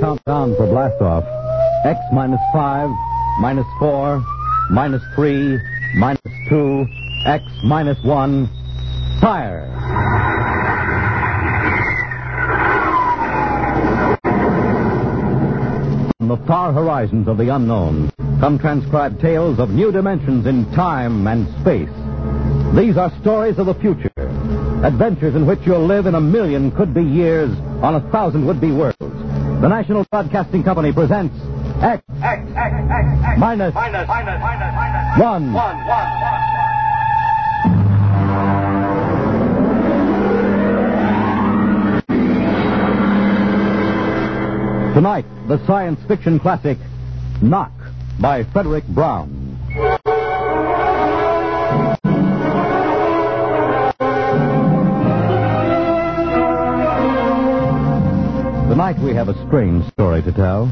Countdown for blastoff. X minus five, minus four, minus three, minus two, X minus one. Fire! From the far horizons of the unknown come transcribed tales of new dimensions in time and space. These are stories of the future, adventures in which you'll live in a million could be years on a thousand would be worlds. The National Broadcasting Company presents X minus one. Tonight, the science fiction classic Knock by Frederick Brown. Tonight we have a strange story to tell.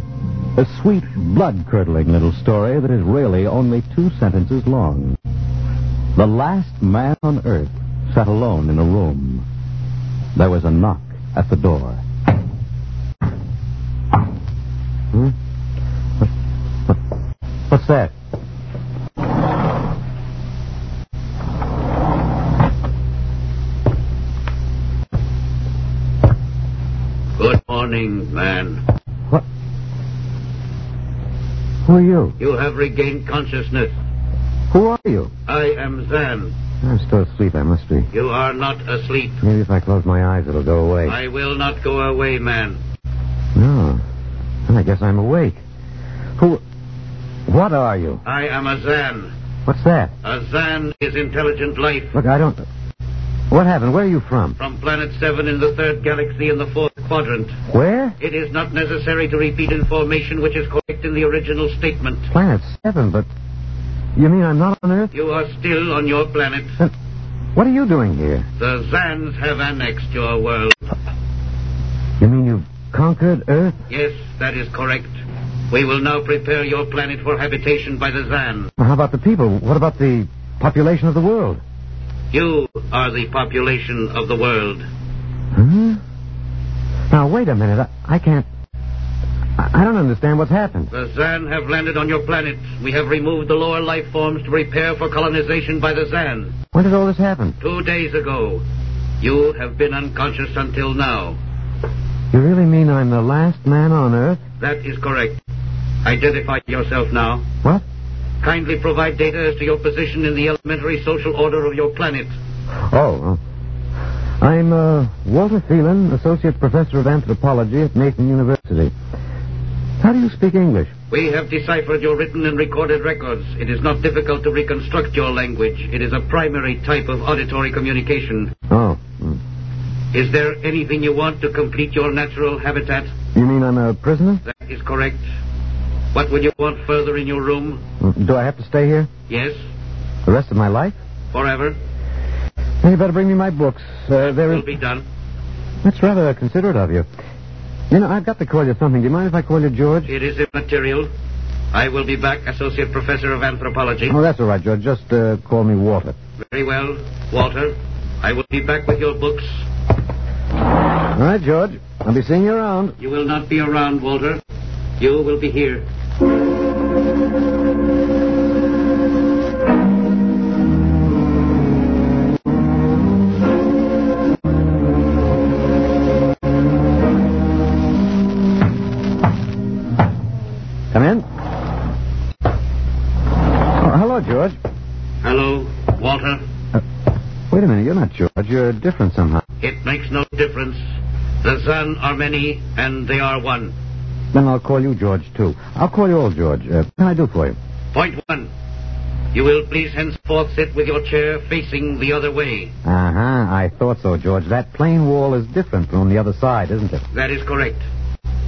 A sweet, blood-curdling little story that is really only two sentences long. The last man on earth sat alone in a room. There was a knock at the door. Hmm? What- what- What's that? Good morning, man. What? Who are you? You have regained consciousness. Who are you? I am Zan. I'm still asleep, I must be. You are not asleep. Maybe if I close my eyes, it'll go away. I will not go away, man. No. I guess I'm awake. Who. What are you? I am a Zan. What's that? A Zan is intelligent life Look, I don't. What happened? Where are you from? from planet 7 in the third galaxy in the fourth quadrant. Where? It is not necessary to repeat information which is correct in the original statement. Planet 7, but. You mean I'm not on Earth? You are still on your planet. Then What are you doing here? The Zans have annexed your world. You mean you've conquered Earth? Yes, that is correct. We will now prepare your planet for habitation by the Zan. Well, How about the people? What about the population of the world? You are the population of the world. Huh? Now, wait a minute. I, I can't. I, I don't understand what's happened. The Zan have landed on your planet. We have removed the lower life forms to prepare for colonization by the Zan. When did all this happen? Two days ago. You have been unconscious until now. You really mean I'm the last man on Earth? That is correct. Identify yourself now. What? Kindly provide data as to your position in the elementary social order of your planet. Oh. uh, I'm uh, Walter Phelan, Associate Professor of Anthropology at Nathan University. How do you speak English? We have deciphered your written and recorded records. It is not difficult to reconstruct your language. It is a primary type of auditory communication. Oh. mm. Is there anything you want to complete your natural habitat? You mean I'm a prisoner? That is correct. What would you want further in your room? Mm, Do I have to stay here Yes, the rest of my life? forever. Then you better bring me my books. Uh, there Will is... be done. That's rather considerate of you. You know, I've got to call you something. Do you mind if I call you George? It is immaterial. I will be back, Associate Professor of Anthropology. Oh, that's all right, George. Just uh, call me Walter. Very well, Walter. I will be back with your books. All right, George. I'll be seeing you around. You will not be around, Walter. You will be here. Come in. Oh, hello, George. Hello, Walter. Uh, wait a minute. You're not George. You're different somehow. It makes no difference. The Zan are many, and they are one. Then I'll call you George, too. I'll call you old George. Uh, what can I do for you? Point one. You will please henceforth sit with your chair facing the other way. Uh huh. I thought so, George. That plain wall is different from the other side, isn't it? That is correct.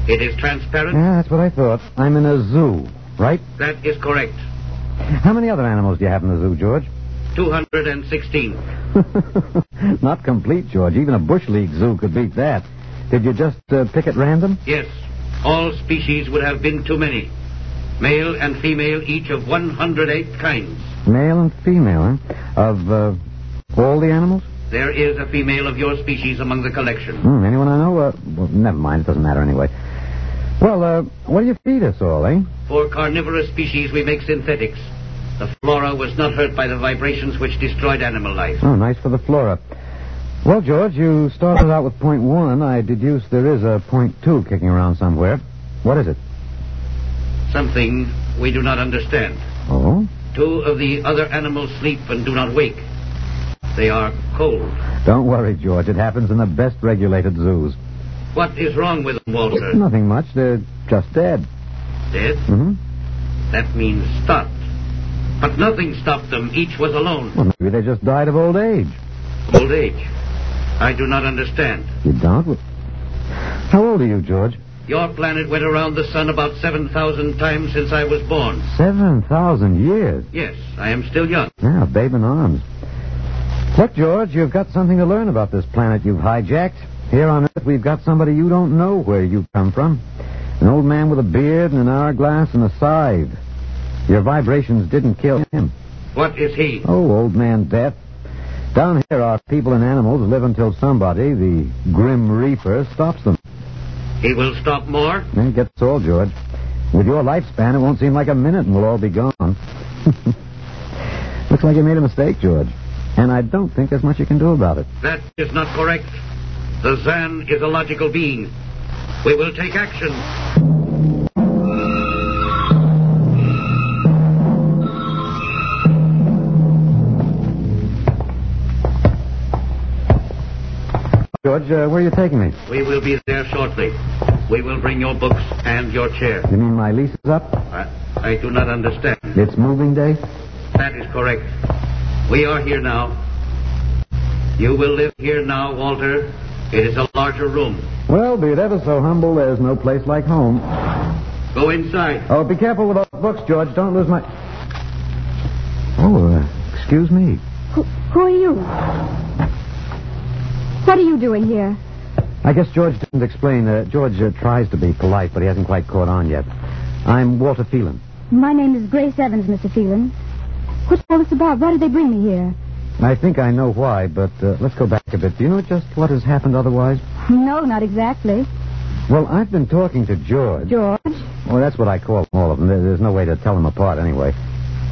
It is transparent. Yeah, that's what I thought. I'm in a zoo, right? That is correct. How many other animals do you have in the zoo, George? 216. Not complete, George. Even a bush league zoo could beat that. Did you just uh, pick at random? Yes, all species would have been too many. Male and female, each of 108 kinds. Male and female, huh? Of uh, all the animals? There is a female of your species among the collection. Hmm, anyone I know? Uh, well, never mind. It doesn't matter anyway. Well, uh, what do you feed us all, eh? For carnivorous species, we make synthetics. The flora was not hurt by the vibrations which destroyed animal life. Oh, nice for the flora. Well, George, you started out with point one. I deduce there is a point two kicking around somewhere. What is it? Something we do not understand. Oh? Two of the other animals sleep and do not wake. They are cold. Don't worry, George. It happens in the best regulated zoos. What is wrong with them, Walter? Nothing much. They're just dead. Dead? Mm-hmm. That means stopped. But nothing stopped them. Each was alone. Well, maybe they just died of old age. Old age. I do not understand. You don't? Well, How old are you, George? Your planet went around the sun about 7,000 times since I was born. Seven thousand years. Yes, I am still young. Yeah, babe in arms. Look, George, you've got something to learn about this planet you've hijacked. Here on Earth, we've got somebody you don't know where you come from. An old man with a beard and an hourglass and a scythe. Your vibrations didn't kill him. What is he? Oh, old man Death. Down here, our people and animals live until somebody, the Grim Reaper, stops them. He will stop more? And it gets all, George. With your lifespan, it won't seem like a minute and we'll all be gone. Looks like you made a mistake, George. And I don't think there's much you can do about it. That is not correct. The Zan is a logical being. We will take action. George, uh, where are you taking me? We will be there shortly. We will bring your books and your chair. You mean my lease is up? I, I do not understand. It's moving day? That is correct. We are here now. You will live here now, Walter. It is a larger room. Well, be it ever so humble, there's no place like home. Go inside. Oh, be careful with those books, George. Don't lose my. Oh, uh, excuse me. Who, who are you? What are you doing here? I guess George didn't explain. Uh, George uh, tries to be polite, but he hasn't quite caught on yet. I'm Walter Phelan. My name is Grace Evans, Mr. Phelan. What's all this about? Why did they bring me here? I think I know why, but uh, let's go back a bit. Do you know just what has happened otherwise? No, not exactly. Well, I've been talking to George. George? Well, that's what I call all of them. There- There's no way to tell them apart anyway.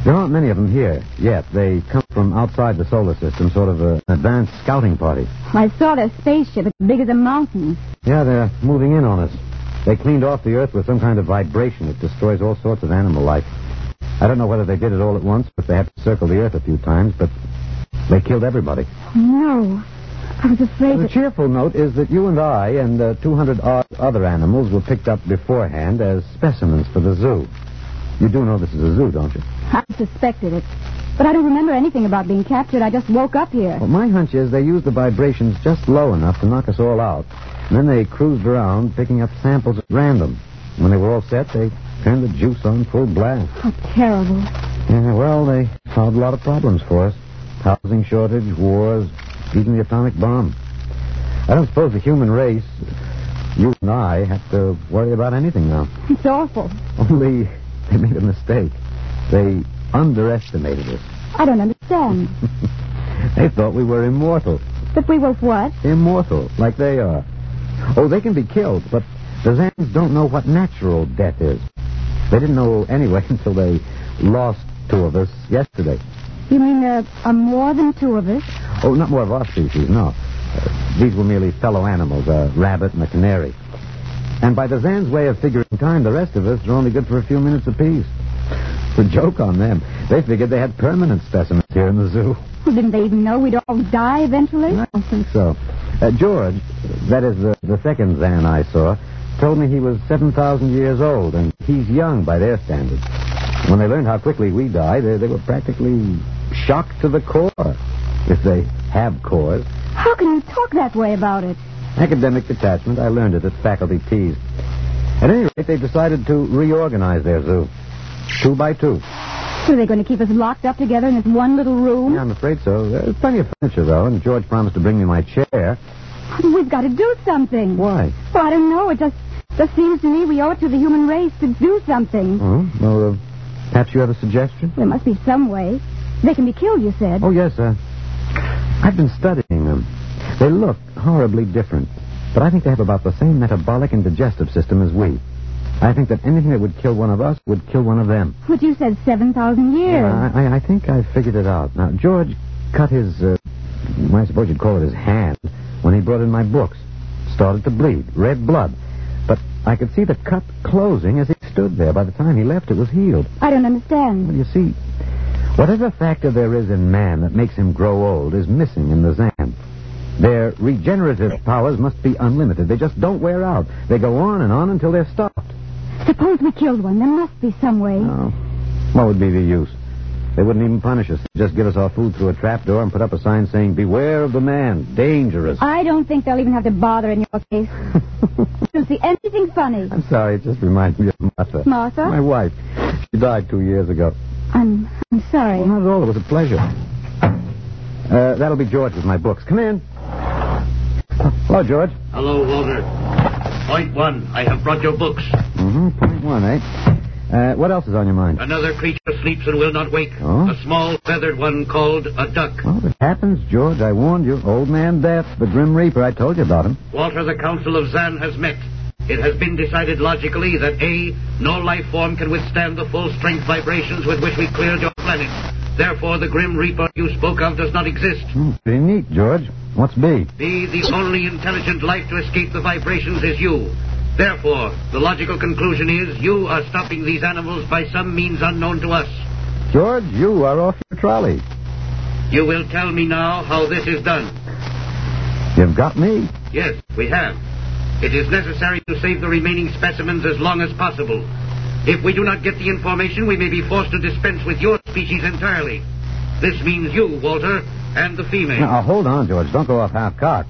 There aren't many of them here yet. They come from outside the solar system, sort of a- an advanced scouting party. I saw their spaceship. It's big as a mountain. Yeah, they're moving in on us. They cleaned off the Earth with some kind of vibration that destroys all sorts of animal life. I don't know whether they did it all at once, but they had to circle the Earth a few times, but they killed everybody. No. I was afraid The that... cheerful note is that you and I and uh, 200 odd other animals were picked up beforehand as specimens for the zoo. You do know this is a zoo, don't you? I suspected it. But I don't remember anything about being captured. I just woke up here. Well, my hunch is they used the vibrations just low enough to knock us all out. And then they cruised around, picking up samples at random. When they were all set, they turned the juice on full blast. How terrible. Yeah, well, they solved a lot of problems for us. Housing shortage, wars, even the atomic bomb. I don't suppose the human race, you and I, have to worry about anything now. It's awful. Only they made a mistake. They underestimated us. I don't understand. They thought we were immortal. But we were what? Immortal, like they are. Oh, they can be killed, but the Zans don't know what natural death is. They didn't know anyway until they lost two of us yesterday. You mean there are more than two of us? Oh, not more of our species, no. Uh, these were merely fellow animals, a rabbit and a canary. And by the Zan's way of figuring time, the rest of us are only good for a few minutes apiece. It's a joke on them. They figured they had permanent specimens here in the zoo. Well, didn't they even know we'd all die eventually? I don't think so. Uh, George, that is the, the second Zan I saw, told me he was 7,000 years old, and he's young by their standards. When they learned how quickly we die, they, they were practically shocked to the core, if they have cores. How can you talk that way about it? Academic detachment, I learned it at faculty teas. At any rate, they decided to reorganize their zoo. Two by two. So they're going to keep us locked up together in this one little room? Yeah, I'm afraid so. There's plenty of furniture, though, and George promised to bring me my chair. We've got to do something. Why? Well, I don't know. It just, just seems to me we owe it to the human race to do something. Oh, well, uh, perhaps you have a suggestion? There must be some way. They can be killed, you said. Oh, yes, uh, I've been studying uh, They look horribly different, but I think they have about the same metabolic and digestive system as we. I think that anything that would kill one of us would kill one of them. What you said, 7,000 years. Yeah, I, I- I think I figured it out. Now, George cut his, uh, well, I suppose you'd call it his hand, when he brought in my books. Started to bleed, red blood. But I could see the cut closing as he stood there. By the time he left, it was healed. I don't understand. Well, you see, whatever factor there is in man that makes him grow old is missing in the Zan. Their regenerative powers must be unlimited. They just don't wear out. They go on and on until they're stopped. Suppose we killed one. There must be some way. Oh, what would be the use? They wouldn't even punish us. Just give us our food through a trap door and put up a sign saying, Beware of the man. Dangerous. I don't think they'll even have to bother in your case. Don't see anything funny. I'm sorry, it just reminds me of Martha. Martha? My wife. She died two years ago. I'm, I'm sorry. Well, not at all. It was a pleasure. Uh, that'll be George with my books. Come in. Hello, George. Hello, Walter. Point one, I have brought your books. Mm-hmm. Point one, eh? Uh, what else is on your mind? Another creature sleeps and will not wake. Oh? A small feathered one called a duck. Well, it happens, George. I warned you. Old man Death, the Grim Reaper. I told you about him. Walter, the Council of Zan has met. It has been decided logically that A, no life form can withstand the full strength vibrations with which we cleared your planet. Therefore, the Grim Reaper you spoke of does not exist. Hmm, pretty neat, George. What's B? B, the only intelligent life to escape the vibrations is you. Therefore, the logical conclusion is you are stopping these animals by some means unknown to us. George, you are off your trolley. You will tell me now how this is done. You've got me. Yes, we have. It is necessary to save the remaining specimens as long as possible. If we do not get the information, we may be forced to dispense with your species entirely. This means you, Walter, and the female. Now, hold on, George. Don't go off half-cocked.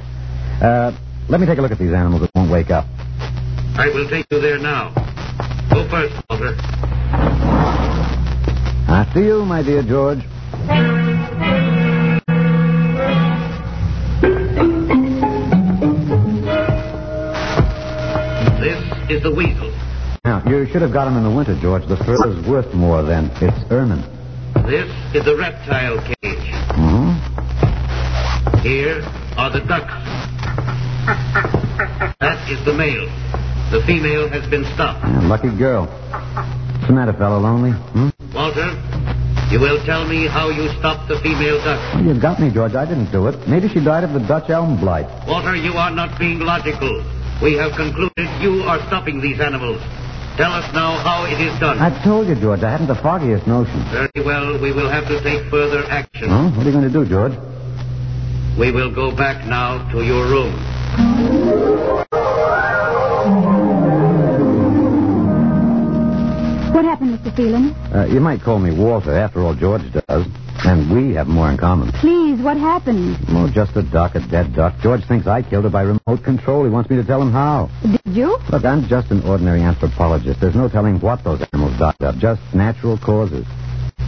Uh, let me take a look at these animals that won't wake up. I will take you there now. Go first, Walter. After you, my dear George. This is the weasel. Now, you should have got them in the winter, George. The fur is worth more than it's ermine. This is the reptile cage. Mm-hmm. Here are the ducks. That is the male. The female has been stopped. Yeah, lucky girl. What's the matter, fellow? Lonely? Hmm? Walter, you will tell me how you stopped the female duck. Well, you've got me, George. I didn't do it. Maybe she died of the Dutch elm blight. Walter, you are not being logical. We have concluded you are stopping these animals. Tell us now how it is done. I told you, George, I hadn't the foggiest notion. Very well, we will have to take further action. Huh? What are you going to do, George? We will go back now to your room. What happened, Mr. Phelan? Uh, you might call me Walter. After all, George does. And we have more in common. Please, what happened? Oh, just a duck, a dead duck. George thinks I killed her by remote control. He wants me to tell him how. Did you? Look, I'm just an ordinary anthropologist. There's no telling what those animals died of, just natural causes.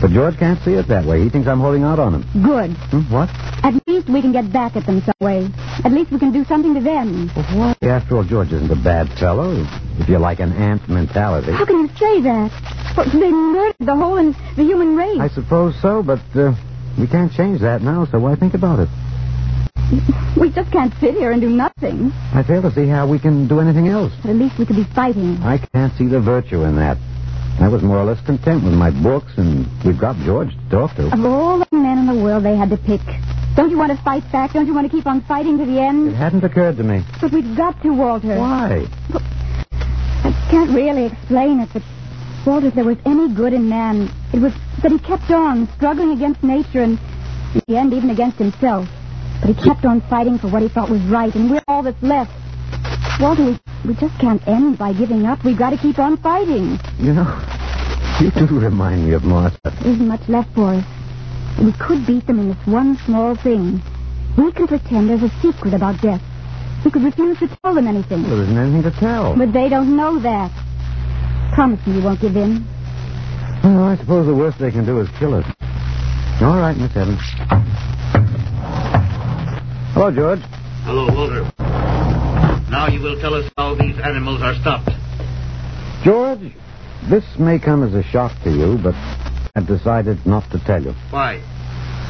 But George can't see it that way. He thinks I'm holding out on him. Good. Hmm, what? At least we can get back at them some way. At least we can do something to them. What? After all, George isn't a bad fellow, if you like an ant mentality. How can you say that? Well, they murdered the whole and the human race. I suppose so, but uh, we can't change that now, so why think about it? We just can't sit here and do nothing. I fail to see how we can do anything else. But at least we could be fighting. I can't see the virtue in that. I was more or less content with my books, and we've got George to talk to. Of all the men in the world they had to pick. Don't you want to fight back? Don't you want to keep on fighting to the It end? hadn't occurred to me. But we've got to, Walter. Why? I can't really explain it, but Walter, if there was any good in man, it was that he kept on struggling against nature and, in the end, even against himself. But he kept on fighting for what he thought was right, and we're all that's left. Walter, we, we just can't end by giving up. We've got to keep on fighting. You know, you do remind me of Martha. There isn't much left for us. We could beat them in this one small thing. We can pretend there's a secret about death. We could refuse to tell them anything. There isn't anything to tell. But they don't know that. Promise me you won't give in. Well, I suppose the worst they can do is kill us. All right, Miss Evans. Hello, George. Hello, Walter. Now you will tell us how these animals are stopped. George, this may come as a shock to you, but I've decided not to tell you. Why?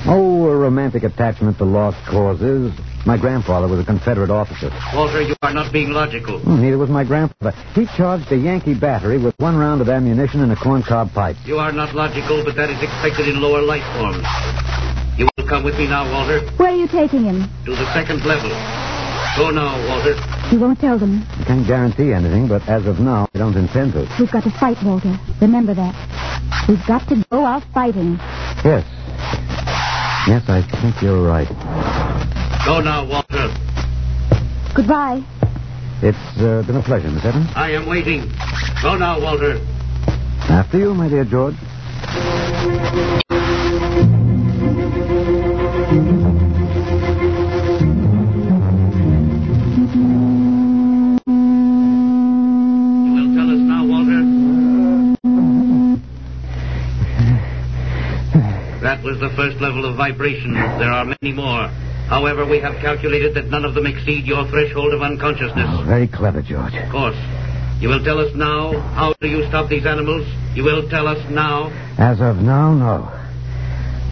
Oh, a romantic attachment to lost causes, My grandfather was a Confederate officer. Walter, you are not being logical. Hmm, Neither was my grandfather. He charged a Yankee battery with one round of ammunition and a corncob pipe. You are not logical, but that is expected in lower life forms. You will come with me now, Walter, Where are you taking him? to the second level. Go now, Walter. You won't tell them. I can't guarantee anything, but as of now, I don't intend to. We've got to fight, Walter. Remember that. We've got to go out fighting. Yes. Yes, I think you're right. Go now, Walter. Goodbye. It's uh, been a pleasure, Miss Evans. I am waiting. Go now, Walter. After you, my dear George. You will tell us now, Walter. That was the first level of vibration. There are many more. However, we have calculated that none of them exceed your threshold of unconsciousness. Oh, Very clever, George. Of course. You will tell us now how do you stop these animals? You will tell us now. As of now, no.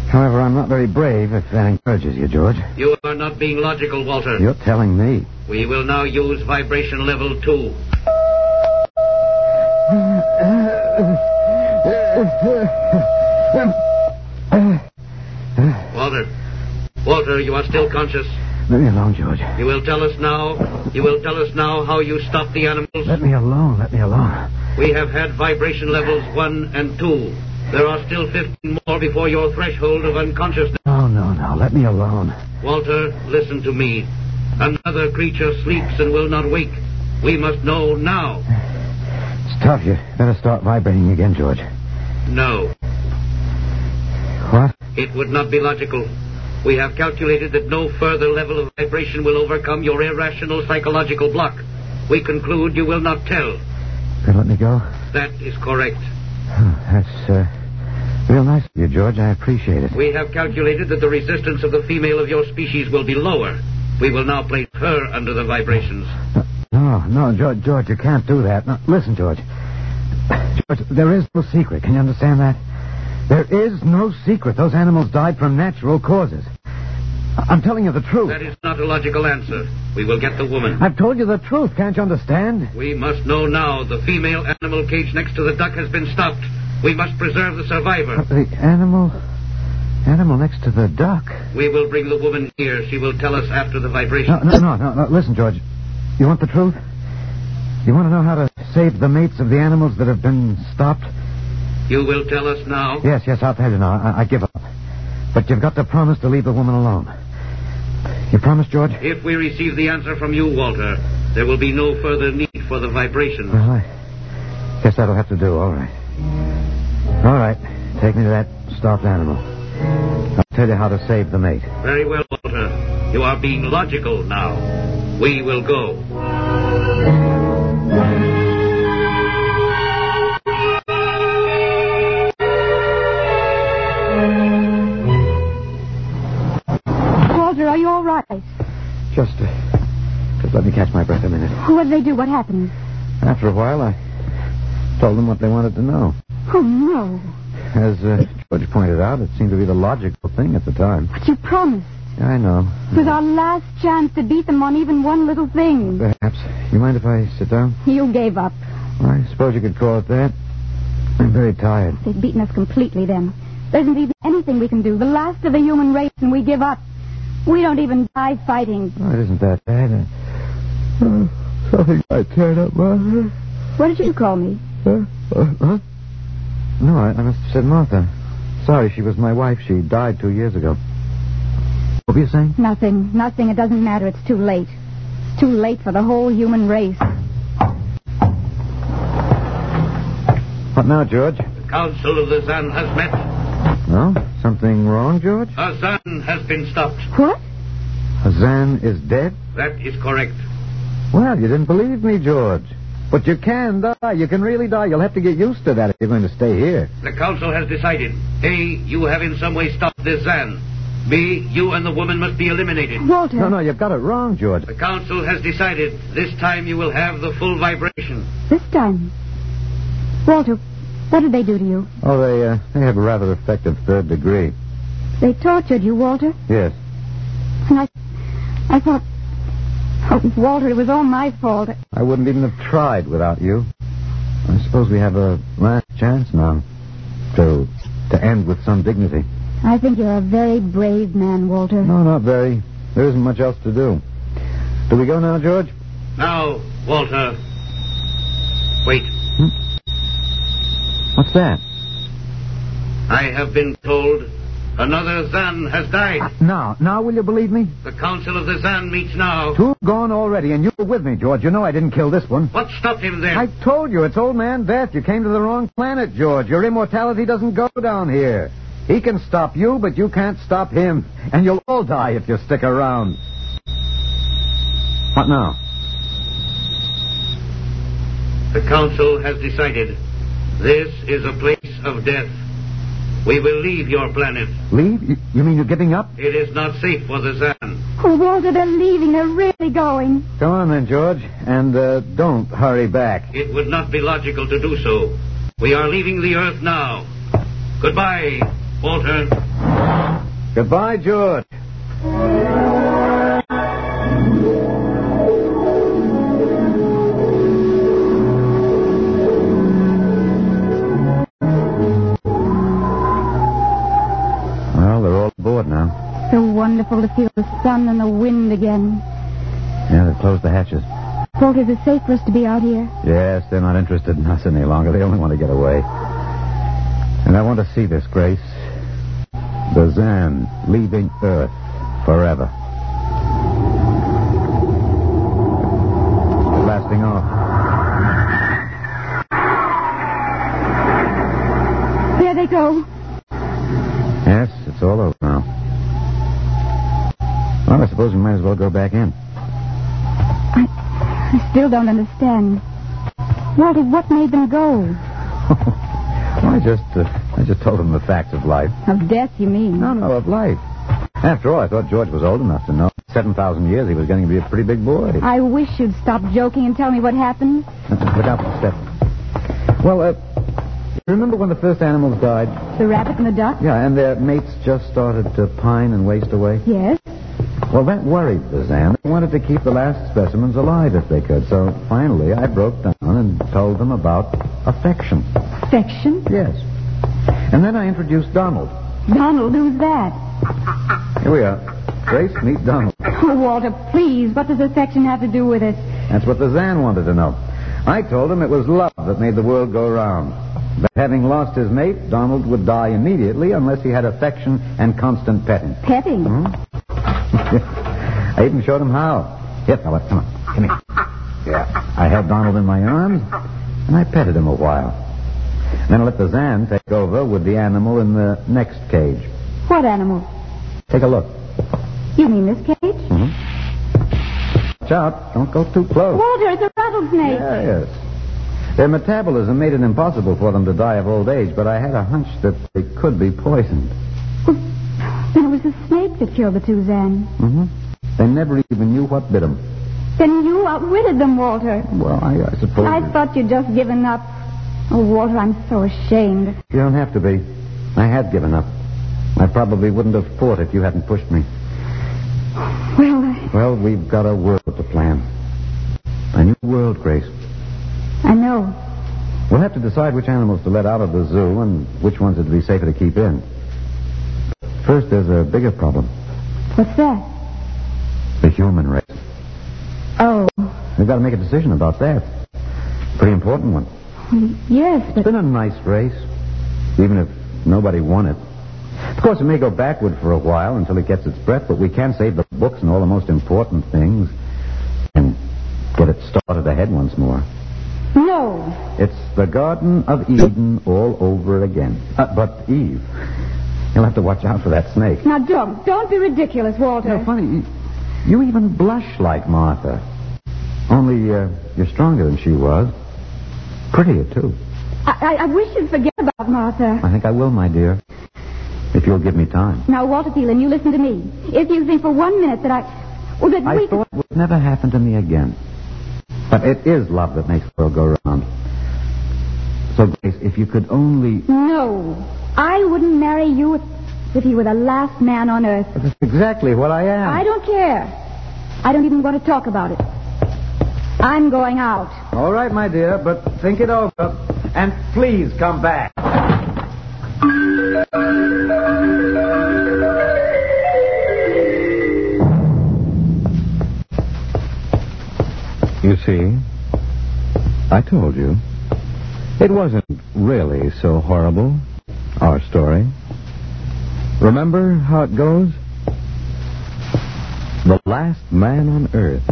However, I'm not very brave if that encourages you, George. You are not being logical, Walter. You're telling me. We will now use vibration level two. Walter. Walter, you are still conscious. Let me alone, George. You will tell us now. You will tell us now how you stop the Let animals. me alone. Let me alone. We have had vibration levels one and two. There are still 15 more before your threshold of unconsciousness. No, no, no. Let me alone. Walter, listen to me. Another creature sleeps and will not wake. We must know now. It's tough. You better start vibrating again, George. No. What? It would not be logical. We have calculated that no further level of vibration will overcome your irrational psychological block. We conclude you will not tell. Could let me go? That is correct. Oh, that's uh, real nice of you, George. I appreciate it. We have calculated that the resistance of the female of your species will be lower. We will now place her under the vibrations. No, no, George, George, you can't do that. No, listen, George. George, there is no secret. Can you understand that? There is no secret. Those animals died from natural causes. I- I'm telling you the truth. That is not a logical answer. We will get the woman. I've told you the truth. Can't you understand? We must know now. The female animal cage next to the duck has been stopped. We must preserve the survivor. The animal, animal next to the duck. We will bring the woman here. She will tell us after the vibration. No, no, no, no, no. Listen, George. You want the truth? You want to know how to save the mates of the animals that have been stopped? You will tell us now. Yes, yes, I'll tell you now. I, I give up. But you've got to promise to leave the woman alone. You promise, George? If we receive the answer from you, Walter, there will be no further need for the vibration. Well, I guess that'll have to do. All right. All right. Take me to that stuffed animal. I'll tell you how to save the mate. Very well, Walter. You are being logical now. We will go. Walter, are you all right? Just, uh, just let me catch my breath a minute. What did they do? What happened? After a while, I told them what they wanted to know. Oh, no. As uh, George pointed out, it seemed to be the logical thing at the time. But you promised. I know. It was our last chance to beat them on even one little thing. Perhaps. You mind if I sit down? You gave up. Well, I suppose you could call it that. I'm very tired. They've beaten us completely then. There isn't even anything we can do. The last of the human race, and we give up. We don't even die fighting. Oh, it isn't that bad. I, uh, something I teared up my head. What did you call me? Huh? Uh, huh? No, I, I must have said Martha. Sorry, she was my wife. She died two years ago. What were you saying? Nothing. Nothing. It doesn't matter. It's too late. It's too late for the whole human race. What now, George? The Council of the Sun has met. No? Something wrong, George? Our sun has been stopped. What? Hazan is dead? That is correct. Well, you didn't believe me, George. But you can die. You can really die. You'll have to get used to that if you're going to stay here. The Council has decided. A, you have in some way stopped the Zan. B, you and the woman must be eliminated. Walter. No, no, you've got it wrong, George. The Council has decided. This time you will have the full vibration. This time. Walter, what did they do to you? Oh, they, uh, they have a rather effective third degree. They tortured you, Walter. Yes. And I, I thought. Oh, Walter, it was all my fault. I wouldn't even have tried without you. I suppose we have a last chance now to to end with some dignity. I think you're a very brave man, Walter. No, not very. There isn't much else to do. Do we go now, George? Now, Walter. Wait. What's that? I have been told another Zan has died. Uh, Now, now, will you believe me? The Council of the Zan meets now. Two gone already, and you were with me, George. You know I didn't kill this one. What stopped him then? I told you, it's old man death. You came to the wrong planet, George. Your immortality doesn't go down here. He can stop you, but you can't stop him. And you'll all die if you stick around. What now? The Council has decided this is a place of death. We will leave your planet. Leave? You, you mean you're giving up? It is not safe for the Zan. Oh, Walter, they're leaving. They're really going. Come on then, George, and uh, don't hurry back. It would not be logical to do so. We are leaving the Earth now. Goodbye, Walter. Goodbye, George. Well, they're all aboard now. So wonderful to feel the sun and the wind again. Yeah, they've closed the hatches. Walter, is it safe for us to be out here? Yes, they're not interested in us any longer. They only want to get away. And I want to see this, Grace. The Zan leaving Earth forever. Blasting off. There they go. Yes, it's all over now. Well, I suppose we might as well go back in. I still don't understand. Walter, what made them go? Well, I just, uh, I just told them the facts of life. Of death, you mean? No, no, of life. After all, I thought George was old enough to know. Seven thousand years, he was getting to be a pretty big boy. I wish you'd stop joking and tell me what happened. Uh, Look out for the step. Well, uh, remember when the first animals died? The rabbit and the duck? Yeah, and their mates just started to pine and waste away. Yes. Well, that worried the Zan. They wanted to keep the last specimens alive if they could. So finally, I broke down and told them about affection. Affection? Yes. And then I introduced Donald. Donald, who's that? Here we are. Grace, meet Donald. Oh, Walter, please, what does affection have to do with it? That's what the Zan wanted to know. I told him it was love that made the world go round. That having lost his mate, Donald would die immediately unless he had affection and constant petting. Hmm? Petting. I even showed him how. Here, fella, come on. Come here. Yeah. I held Donald in my arms, and I petted him a while. Then I let the Zan take over with the animal in the next cage. What animal? Take a look. Hmm? You mean this cage? Watch out. Don't go too close. Walter, it's a rattlesnake. Yes. Their metabolism made it impossible for them to die of old age, but I had a hunch that they could be poisoned. Then it was the snake that killed the two Zan. Mm-hmm. They never even knew what bit them. Then you outwitted them, Walter. Well, I, I suppose. I thought you'd just given up. Oh, Walter, I'm so ashamed. You don't have to be. I had given up. I probably wouldn't have fought if you hadn't pushed me. Well, I, Well, we've got a world to plan. A new world, Grace. I know. We'll have to decide which animals to let out of the zoo and which ones it'd be safer to keep in. First, there's a bigger problem What's that? the human race. Oh, We've got to make a decision about that. Pretty important one. yes, It's but been a nice race, even if nobody won it. Of course, it may go backward for a while until it gets its breath, but we can save the books and all the most important things and get it started ahead once more. no. It's the Garden of Eden all over again. Uh, but Eve, you'll have to watch out for that snake. Now don't, don't be ridiculous, Walter. Now, funny, you even blush like Martha. Only uh, you're stronger than she was. Prettier, too. I, I, I wish you'd forget about Martha. I think I will, my dear, if you'll give me time. Now, Walter Phelan, you listen to me. If you think for one minute that I, well, that I we, thought it would never happen to me again. But it is love that makes the world go round. So, Grace, if you could only. no, I wouldn't marry you if, if you were the last man on earth. That's exactly what I am. I don't care. I don't even want to talk about it. I'm going out. All right, my dear, but think it over. And please come back. You see, I told you. It wasn't really so horrible, our story. Remember how it goes? The last man on earth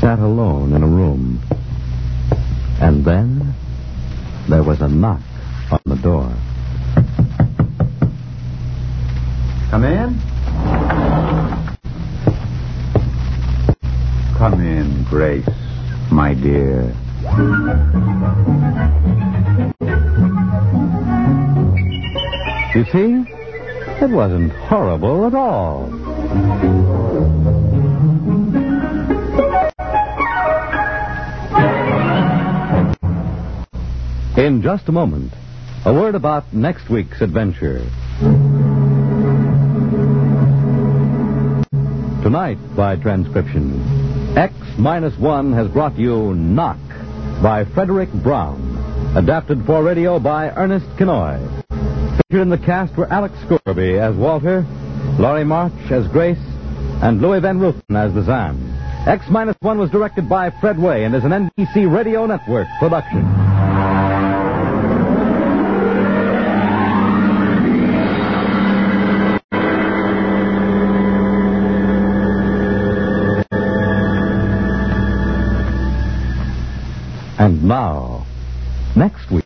sat alone in a room. And then there was a knock on the door. Come in. Come in, Grace, my dear. You see, it wasn't horrible at all. In just a moment, a word about next week's adventure. Tonight, by transcription, X minus one has brought you Knock by Frederick Brown, adapted for radio by Ernest Kinoy. Featured in the cast were Alex Scorby as Walter, Laurie March as Grace, and Louis Van Rufen as the Zan. X minus one was directed by Fred Way and is an NBC Radio Network production. And now, next week.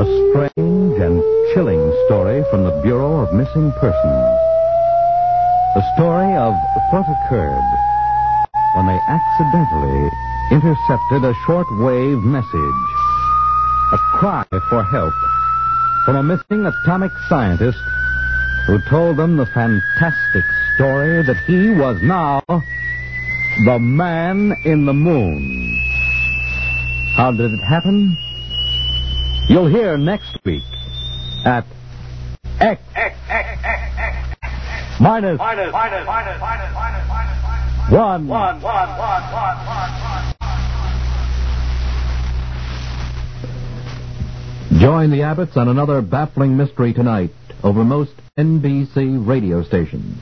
A strange and chilling story from the Bureau of Missing Persons. The story of what occurred when they accidentally intercepted a shortwave message, a cry for help from a missing atomic scientist who told them the fantastic story that he was now the man in the moon. How did it happen? You'll hear next week at X, minus one. Join the Abbots on another baffling mystery tonight over most NBC radio stations.